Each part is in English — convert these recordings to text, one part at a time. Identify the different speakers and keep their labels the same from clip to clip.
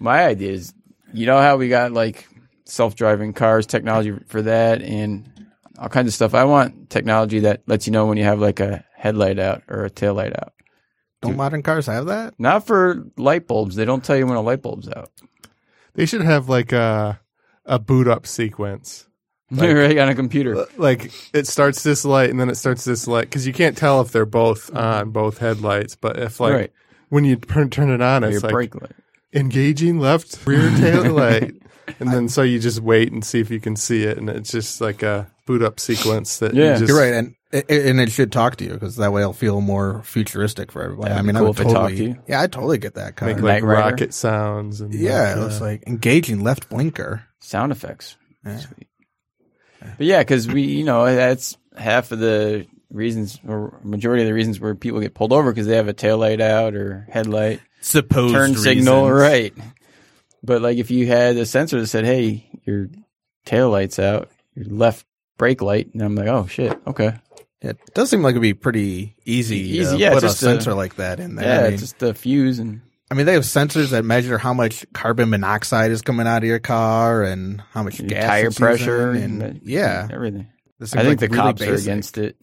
Speaker 1: my idea is, you know how we got like self-driving cars, technology for that, and all kinds of stuff. I want technology that lets you know when you have like a headlight out or a tail light out.
Speaker 2: Don't modern cars have that?
Speaker 1: Not for light bulbs. They don't tell you when a light bulb's out.
Speaker 3: They should have like a a boot up sequence. Like- uh,
Speaker 1: right on a computer.
Speaker 3: Like it starts this light and then it starts this light because you can't tell if they're both on both headlights. But if like
Speaker 1: Right.
Speaker 3: when you turn turn it on,
Speaker 1: Your
Speaker 3: it's like
Speaker 1: brake light.
Speaker 3: engaging left rear tail light, and then so you just wait and see if you can see it, and it's just like a boot up sequence that you
Speaker 1: Yeah.
Speaker 3: just,
Speaker 2: You're right, and and- and it should talk to you because that way it'll feel more futuristic for everybody.
Speaker 1: That'd
Speaker 2: I
Speaker 1: be
Speaker 2: mean, I
Speaker 1: cool
Speaker 2: would
Speaker 1: if it
Speaker 2: totally,
Speaker 1: talked to you.
Speaker 2: yeah, I totally get that kind
Speaker 3: make
Speaker 2: of.
Speaker 1: Knight
Speaker 3: like
Speaker 1: Rider.
Speaker 3: rocket sounds and
Speaker 2: yeah,
Speaker 3: like,
Speaker 2: it
Speaker 3: uh,
Speaker 2: looks like engaging left blinker.
Speaker 1: sound effects.
Speaker 2: Yeah.
Speaker 1: Sweet. But yeah, because we, you know, that's half of the reasons, or majority of the reasons where people get pulled over because they have a taillight out or headlight,
Speaker 4: Supposed
Speaker 1: turn signal,
Speaker 4: reasons.
Speaker 1: right. But like if you had a sensor that said, hey, your taillight's out, your left brake light, and I'm like, oh shit, okay.
Speaker 2: It does seem like it'd be pretty E-, easy,
Speaker 1: Easy,
Speaker 2: to
Speaker 1: yeah,
Speaker 2: put a
Speaker 1: just to-
Speaker 2: sensor like that in there.
Speaker 1: Yeah,
Speaker 2: I, mean,
Speaker 1: it's just the fuse and
Speaker 2: I mean, they have sensors that measure how much carbon monoxide is coming out of your car and how much
Speaker 1: your
Speaker 2: gas
Speaker 1: tire
Speaker 2: it's using
Speaker 1: pressure
Speaker 2: and,
Speaker 1: and
Speaker 2: yeah,
Speaker 1: everything.
Speaker 2: This
Speaker 1: I think
Speaker 2: seems like
Speaker 1: the
Speaker 2: really
Speaker 1: cops are
Speaker 2: basic.
Speaker 1: against it.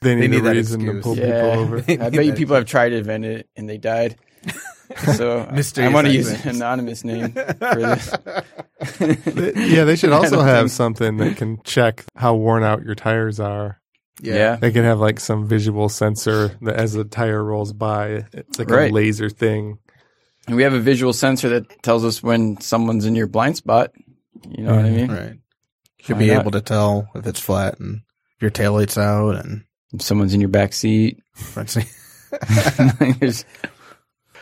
Speaker 3: they need,
Speaker 2: need
Speaker 3: a
Speaker 2: that
Speaker 3: reason to
Speaker 2: excuse.
Speaker 3: pull
Speaker 1: Yeah.
Speaker 3: people over.
Speaker 1: I bet you people have tried to invent it and they died. So I
Speaker 2: Mysterious
Speaker 1: want to use an
Speaker 2: accidents.
Speaker 1: anonymous name for this.
Speaker 3: They- yeah, they should
Speaker 1: I
Speaker 3: also
Speaker 1: don't
Speaker 3: have
Speaker 1: think-
Speaker 3: something that can check how worn out your tires are.
Speaker 1: Yeah.
Speaker 3: They could have like some visual sensor that as the tire rolls by, it's like
Speaker 1: Right.
Speaker 3: a laser thing.
Speaker 1: And we have a visual sensor that tells us when someone's in your blind spot. You know what I mean?
Speaker 2: Mm. right. Should
Speaker 1: Why
Speaker 2: be
Speaker 1: not?
Speaker 2: able to tell if it's flat and if your taillight's out and
Speaker 1: If someone's in your back seat.
Speaker 2: front seat.
Speaker 1: There's-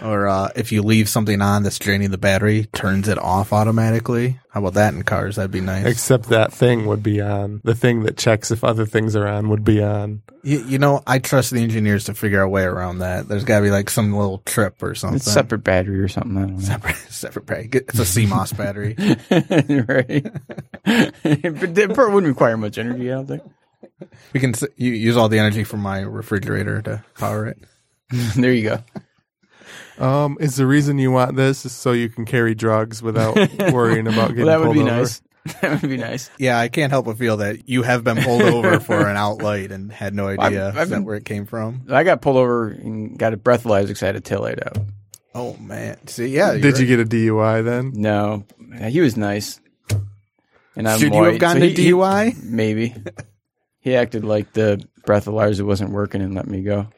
Speaker 2: Or uh, if you leave something on that's draining the battery, turns it off automatically. How about that in cars? That'd be nice.
Speaker 3: Except that thing would be on. The thing that checks if other things are on would be on.
Speaker 2: you, you know, I trust the engineers to figure out a way around that. There's got to be like some little trip or something.
Speaker 1: it's separate battery or something. I don't know.
Speaker 2: Separate, separate battery. Get- It's a CMOS battery.
Speaker 1: right. but it probably wouldn't require much energy, I don't think.
Speaker 2: We can s- you, use all the energy from my refrigerator to power it.
Speaker 1: there you go.
Speaker 3: Um, is the reason you want this is so you can carry drugs without worrying about
Speaker 1: Well,
Speaker 3: getting
Speaker 1: that would
Speaker 3: pulled
Speaker 1: be
Speaker 3: over?
Speaker 1: nice. That would be nice.
Speaker 2: Yeah, I can't help but feel that you have been pulled over for an outlight and had no
Speaker 1: I've-
Speaker 2: idea
Speaker 1: I've
Speaker 2: that
Speaker 1: been-
Speaker 2: where it came from.
Speaker 1: I got pulled over and got a breathalyzer because I had a taillight out.
Speaker 2: Oh man! See, yeah.
Speaker 3: Did you get a DUI then?
Speaker 1: No, he was nice. And I'm
Speaker 2: Should you
Speaker 1: white,
Speaker 2: have gotten
Speaker 1: so
Speaker 2: a
Speaker 1: he- he-
Speaker 2: DUI?
Speaker 1: maybe. he acted like the breathalyzer wasn't working and let me go.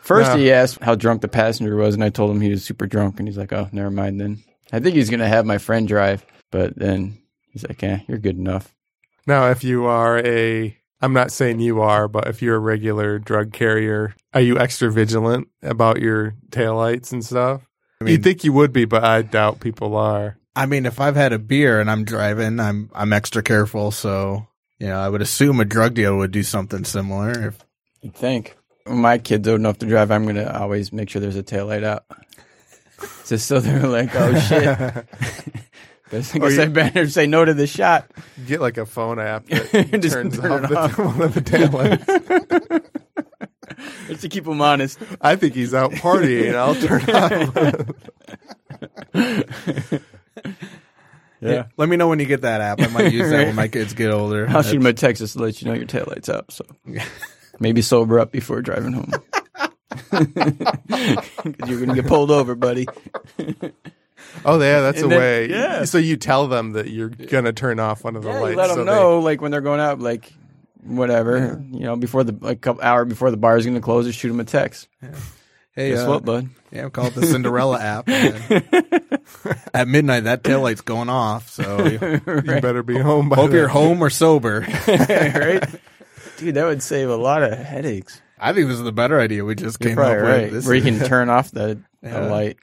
Speaker 1: First,
Speaker 3: Nah.
Speaker 1: he asked how drunk the passenger was, and I told him he was super drunk, and he's like, "Oh, never mind then." I think he's gonna have my friend drive, but then he's like, "Yeah, you're good enough."
Speaker 3: Now, if you are a, I'm not saying you are, but if you're a regular drug carrier, are you extra vigilant about your taillights and stuff?
Speaker 2: I mean-
Speaker 3: You'd think you would be, but I doubt people are.
Speaker 2: I mean, if I've had a beer and I'm driving, I'm I'm extra careful. So you know, I would assume a drug dealer would do something similar. If,
Speaker 1: You'd think when my kid's old enough to drive, I'm gonna always make sure there's a taillight out, just so they're like, "Oh shit." But I guess
Speaker 3: you-
Speaker 1: I better say no to the shot.
Speaker 3: Get like a phone app that
Speaker 1: Just
Speaker 3: turns
Speaker 1: turn
Speaker 3: off,
Speaker 1: it off.
Speaker 3: The, one of the taillights.
Speaker 1: Just to keep them honest.
Speaker 3: I think he's out partying. I'll turn off.
Speaker 1: Yeah.
Speaker 2: Let me know when you get that app. I might use that when my kids get older.
Speaker 1: I'll shoot him a text just to let you know your taillight's out. So maybe sober up before driving home. 'Cause you're going to get pulled over, buddy.
Speaker 3: Oh yeah, that's a
Speaker 1: And then-
Speaker 3: way.
Speaker 1: yeah.
Speaker 3: So you tell them that you're gonna turn off one of the
Speaker 1: Yeah,
Speaker 3: lights.
Speaker 1: you let
Speaker 3: so
Speaker 1: them
Speaker 3: they-
Speaker 1: know, like, when they're going out, like, whatever. You know, before the, like, couple hour before the bar is going to close, just shoot him a text.
Speaker 2: Hey,
Speaker 1: Guess
Speaker 2: uh,
Speaker 1: what, bud?
Speaker 2: yeah, we call it the Cinderella app. At midnight, that taillight's going off. So you-
Speaker 3: you better be home by
Speaker 2: hope you're
Speaker 3: then.
Speaker 2: home or sober.
Speaker 1: right? Dude, that would save a lot of headaches.
Speaker 2: I think this is the better idea we just
Speaker 1: You're
Speaker 2: came
Speaker 1: probably
Speaker 2: up with.
Speaker 1: right.
Speaker 2: This
Speaker 1: Where you
Speaker 2: is
Speaker 1: can turn off the,
Speaker 2: Yeah.
Speaker 1: the light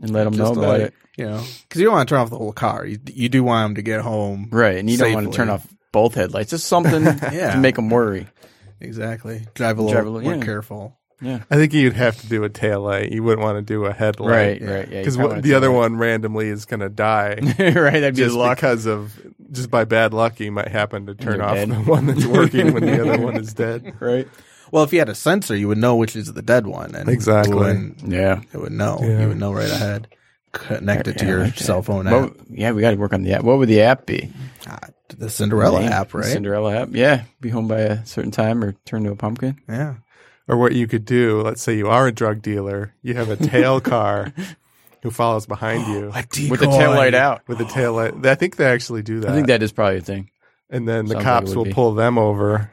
Speaker 1: and let them know
Speaker 2: just
Speaker 1: about
Speaker 2: like,
Speaker 1: it.
Speaker 2: You know, because you don't want to turn off the whole car. You, you do want them to get home.
Speaker 1: Right, and you don't want to
Speaker 2: safely.
Speaker 1: turn off both headlights. Just something
Speaker 2: Yeah.
Speaker 1: to make them worry.
Speaker 2: Exactly. Drive a little,
Speaker 1: Drive a little-
Speaker 2: more
Speaker 1: yeah.
Speaker 2: careful.
Speaker 1: Yeah.
Speaker 3: I think you'd have to do a taillight. You wouldn't want to do a headlight.
Speaker 1: Right, right. Yeah, you
Speaker 3: because
Speaker 1: kinda wanna
Speaker 3: the
Speaker 1: do
Speaker 3: other
Speaker 1: that.
Speaker 3: one randomly is going to die
Speaker 1: right, that'd be
Speaker 3: just
Speaker 1: luck.
Speaker 3: because of just by bad luck you might happen to turn
Speaker 1: you're
Speaker 3: off
Speaker 1: dead.
Speaker 3: the one that's working when the other one is dead
Speaker 1: Right.
Speaker 2: Well, if you had a sensor, you would know which is the dead one, and
Speaker 3: Exactly.
Speaker 2: it wouldn't-
Speaker 1: Yeah.
Speaker 2: it would know.
Speaker 3: Yeah.
Speaker 2: You would know right ahead. connect it to
Speaker 1: Yeah, I
Speaker 2: your
Speaker 1: like that.
Speaker 2: cell phone app.
Speaker 1: What, yeah, we got to work on the app. What would the app be?
Speaker 2: Ah, the Cinderella
Speaker 1: Name?
Speaker 2: app, right?
Speaker 1: Cinderella app. Yeah, be home by a certain time or turn to a pumpkin.
Speaker 2: yeah.
Speaker 3: Or what you could do, let's say you are a drug dealer, you have a tail car who follows behind you
Speaker 2: A decoy.
Speaker 1: With the tail light out.
Speaker 3: with a tail light. I think they actually do that.
Speaker 1: I think that is probably a thing.
Speaker 3: and then the
Speaker 1: sounds like
Speaker 3: cops
Speaker 1: it would
Speaker 3: will
Speaker 1: be.
Speaker 3: pull them over.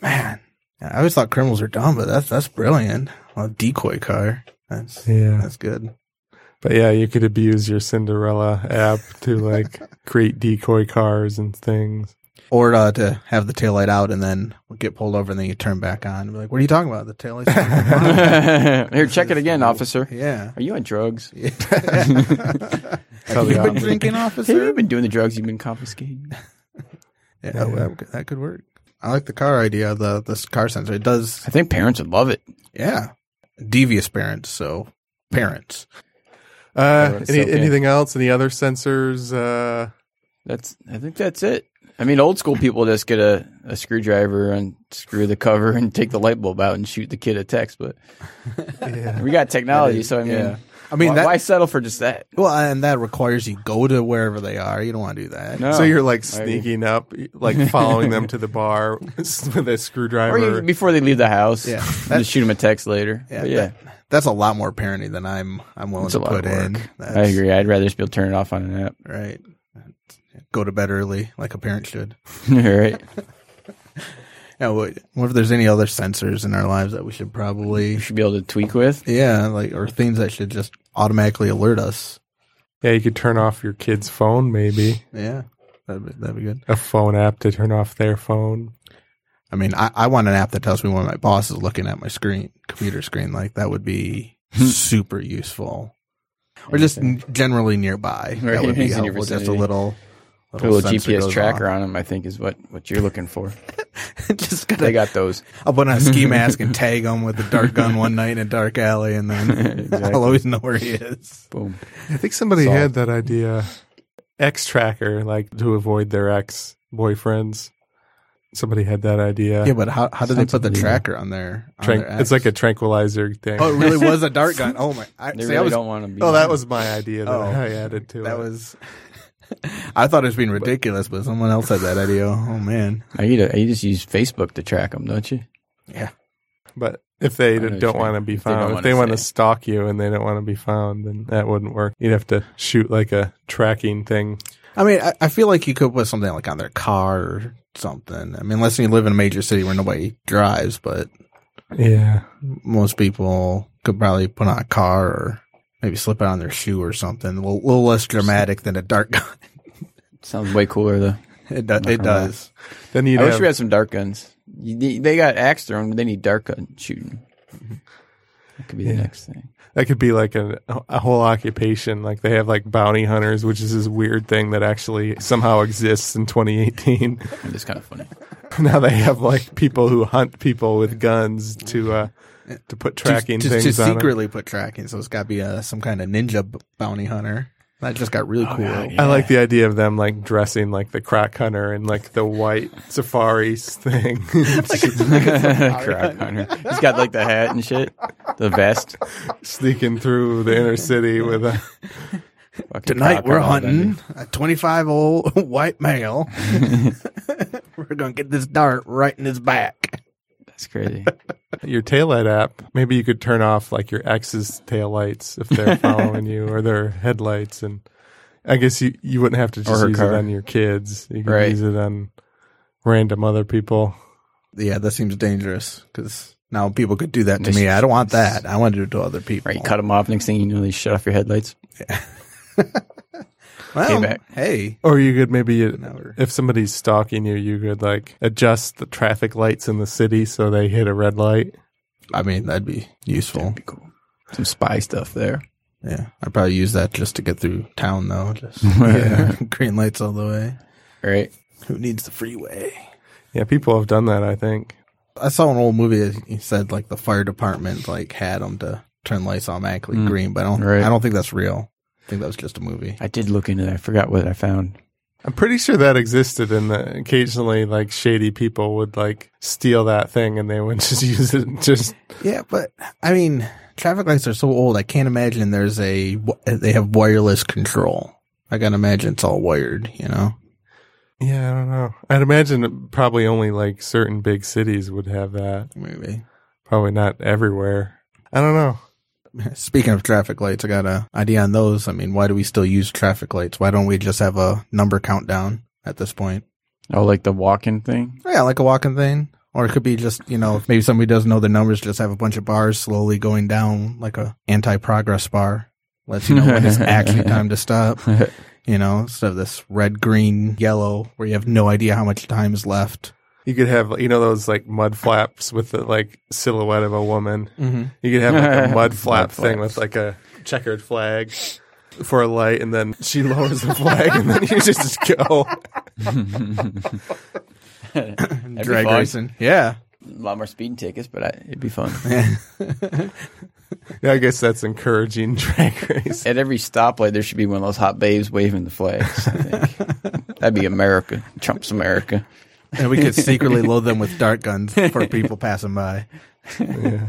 Speaker 2: Man, I always thought criminals were dumb, but that's that's brilliant. A decoy car. That's
Speaker 3: Yeah.
Speaker 2: that's good.
Speaker 3: But yeah, you could abuse your Cinderella app to like create decoy cars and things.
Speaker 2: Or uh, to have the taillight out and then get pulled over and then you turn back on. Be like, what are you talking about? The taillight's on."
Speaker 1: Here, check it again, officer.
Speaker 2: Yeah.
Speaker 1: Are you on drugs?
Speaker 2: Yeah.
Speaker 3: Tell
Speaker 2: Have
Speaker 3: the
Speaker 2: you been
Speaker 3: officer.
Speaker 2: drinking,
Speaker 1: Have you
Speaker 2: officer?
Speaker 1: been doing the drugs you've been confiscating?
Speaker 2: Yeah, that, could- that could work. I like the car idea, the this car sensor. It does,
Speaker 1: I think parents would love it.
Speaker 2: yeah. Devious parents, so parents.
Speaker 3: Uh,
Speaker 1: Oh, it's
Speaker 3: any,
Speaker 1: okay.
Speaker 3: Anything else? Any other sensors? Uh,
Speaker 1: That's. I think that's it. I mean, old school people just get a, a screwdriver and screw the cover and take the light bulb out and shoot the kid a text. But
Speaker 3: yeah.
Speaker 1: we got technology, so I mean,
Speaker 2: Yeah. I mean,
Speaker 1: why,
Speaker 2: that,
Speaker 1: why settle for just that?
Speaker 2: well, and that requires you go to wherever they are. You don't want to do that.
Speaker 1: No.
Speaker 3: So you're like
Speaker 1: Oh, I agree.
Speaker 3: sneaking up, like following them to the bar with a
Speaker 1: or
Speaker 3: screwdriver.
Speaker 1: even before they leave the house,
Speaker 2: Yeah.
Speaker 1: you just shoot them a text later.
Speaker 2: Yeah,
Speaker 1: But yeah,
Speaker 2: that- that's a lot more parenting than I'm I'm willing
Speaker 1: It's
Speaker 2: to
Speaker 1: a lot
Speaker 2: put
Speaker 1: of work.
Speaker 2: in. That's,
Speaker 1: I agree. I'd rather just be able to turn it off on an app.
Speaker 2: Right. Go to bed early, like a parent should.
Speaker 1: right.
Speaker 2: Yeah. What, what if there's any other sensors in our lives that we should probably,
Speaker 1: You should be able to tweak with.
Speaker 2: yeah, like or things that should just automatically alert us.
Speaker 3: yeah, you could turn off your kid's phone, maybe
Speaker 2: Yeah, that'd be, that'd be good.
Speaker 3: a phone app to turn off their phone.
Speaker 2: I mean, I, I want an app that tells me when my boss is looking at my screen, computer screen. Like that would be
Speaker 1: Hmm.
Speaker 2: super useful, or just n- generally nearby. That would be
Speaker 1: Right, in your
Speaker 2: helpful. Just a
Speaker 1: vicinity.
Speaker 2: little,
Speaker 1: Put a little
Speaker 2: sensor
Speaker 1: GPS
Speaker 2: goes
Speaker 1: tracker on them. I think is what what you're looking for.
Speaker 2: off. just gotta,
Speaker 1: they got those.
Speaker 2: I'll put on a ski mask and tag him with a dart gun one night in a dark alley, and then
Speaker 1: Exactly.
Speaker 2: I'll always know where he is.
Speaker 1: Boom.
Speaker 3: I think somebody
Speaker 2: Solved.
Speaker 3: had that idea. X tracker, like to avoid their ex boyfriends. Somebody had that idea.
Speaker 2: Yeah, but how how do they
Speaker 1: Sounds
Speaker 2: put the
Speaker 1: illegal.
Speaker 2: tracker on there? on
Speaker 3: Tran-
Speaker 2: their
Speaker 3: it's
Speaker 2: axe?
Speaker 3: like a tranquilizer thing.
Speaker 2: oh, it really was a dart gun. Oh my! I,
Speaker 1: They
Speaker 2: see, I
Speaker 1: really
Speaker 2: was-
Speaker 1: don't want to be.
Speaker 3: Oh, that was my idea that
Speaker 2: Oh.
Speaker 3: I added to
Speaker 2: that
Speaker 3: it.
Speaker 2: was. I thought it was being ridiculous, but someone else had that idea. Oh man!
Speaker 1: Now, You, do- you just use Facebook to track them, don't you?
Speaker 2: Yeah,
Speaker 3: but if they
Speaker 1: know what
Speaker 3: don't
Speaker 1: you
Speaker 3: want to
Speaker 1: mean.
Speaker 3: be
Speaker 1: If they don't
Speaker 3: found, if
Speaker 1: wanna
Speaker 3: they want to
Speaker 1: say.
Speaker 3: stalk you and they don't want to be found, then that wouldn't work. You'd have to shoot like a tracking thing.
Speaker 2: I mean, I, I feel like you could put something like on their car or something. I mean, unless you live in a major city where nobody drives, but
Speaker 3: Yeah.
Speaker 2: most people could probably put on a car or maybe slip it on their shoe or something. A little, little less dramatic than a dart gun.
Speaker 1: Sounds way cooler though.
Speaker 2: It, do- it
Speaker 1: gonna
Speaker 2: does.
Speaker 3: Then you'd
Speaker 1: I
Speaker 3: have,
Speaker 1: wish we had some dart guns. You need- They got axe thrown, but they need dart gun shooting.
Speaker 2: Mm-hmm.
Speaker 1: That could be the
Speaker 3: Yeah.
Speaker 1: next thing.
Speaker 3: that could be like a, a whole occupation. Like they have like bounty hunters, which is this weird thing that actually somehow exists in 2018.
Speaker 1: It's kind of funny.
Speaker 3: now they have like people who hunt people with guns to uh, to put tracking
Speaker 2: to, to,
Speaker 3: things
Speaker 2: to
Speaker 3: on 'em.
Speaker 2: secretly put tracking. So it's got to be a, some kind of ninja b- bounty hunter. That just got really cool.
Speaker 1: God, Oh, yeah.
Speaker 3: I like the idea of them like dressing like the crack hunter and like the white safaris thing.
Speaker 1: Crowd hunter. He's got like the hat and shit, the vest.
Speaker 3: sneaking through the inner city with a
Speaker 1: Fucking
Speaker 2: Tonight
Speaker 1: crowd
Speaker 2: we're
Speaker 1: hunter.
Speaker 2: hunting a 25 old white male. we're gonna get this dart right in his back.
Speaker 1: That's crazy.
Speaker 3: your taillight app. Maybe you could turn off like your ex's taillights if they're following you or their headlights and I guess you, you wouldn't have to
Speaker 1: Or
Speaker 3: just
Speaker 1: her
Speaker 3: use
Speaker 1: car.
Speaker 3: it on your kids. You could
Speaker 1: Right.
Speaker 3: use it on random other people.
Speaker 2: Yeah, that seems dangerous because now people could do that to
Speaker 1: This-
Speaker 2: me. I don't want that. I want to do it to other people.
Speaker 1: Right, you cut them off. Next thing you know, they shut off your headlights.
Speaker 2: Well,
Speaker 1: Payback.
Speaker 2: hey,
Speaker 3: Or you could maybe
Speaker 2: Now we're-
Speaker 3: if somebody's stalking you, you could like adjust the traffic lights in the city so they hit a red light.
Speaker 2: I mean that'd be useful.
Speaker 1: That'd be cool. Some spy stuff there.
Speaker 2: Yeah, I'd probably use that just to get through town though. Just green lights all the way.
Speaker 1: Right.
Speaker 2: Who needs the freeway?
Speaker 3: Yeah, people have done that, I think.
Speaker 2: I saw an old movie. that He said like the fire department like had them to turn lights automatically
Speaker 1: Mm,
Speaker 2: green, but I don't.
Speaker 1: right.
Speaker 2: I don't think that's real. I think that was just a movie.
Speaker 1: I did look into that. I forgot what I found.
Speaker 3: I'm pretty sure that existed, and that occasionally, like shady people would like steal that thing, and they would just use it. Just
Speaker 2: Yeah, but I mean, traffic lights are so old. I can't imagine there's a they have wireless control. I gotta imagine it's all wired. You know,
Speaker 3: yeah, I don't know. I'd imagine that probably only like certain big cities would have that.
Speaker 2: maybe.
Speaker 3: Probably not everywhere. I don't know.
Speaker 2: Speaking of traffic lights, I got a idea on those. I mean, why do we still use traffic lights? Why don't we just have a number countdown at this point?
Speaker 1: Oh, like the walking thing.
Speaker 2: Yeah, like a walking thing. Or it could be just, you know, if maybe somebody doesn't know the numbers, just have a bunch of bars slowly going down like a anti progress bar. Lets you know when it's actually time to stop. You know, instead of this red, green, yellow where you have no idea how much time is left.
Speaker 3: You could have, you know, those like mud flaps with the like silhouette of a woman.
Speaker 2: Mm-hmm.
Speaker 3: You could have like a mud flap
Speaker 1: Mud
Speaker 3: thing
Speaker 1: flaps.
Speaker 3: with like a checkered flag for a light, and then she lowers the flag, and then you just go.
Speaker 1: a
Speaker 2: Drag
Speaker 1: fun.
Speaker 2: racing. Yeah.
Speaker 1: lot more speeding tickets, but I, it'd be fun.
Speaker 3: Yeah, I guess that's encouraging drag race.
Speaker 1: At every stoplight, there should be one of those hot babes waving the flags. I think that'd be America. Trump's America.
Speaker 2: and we could secretly load them with dart guns for people passing by.
Speaker 3: Yeah.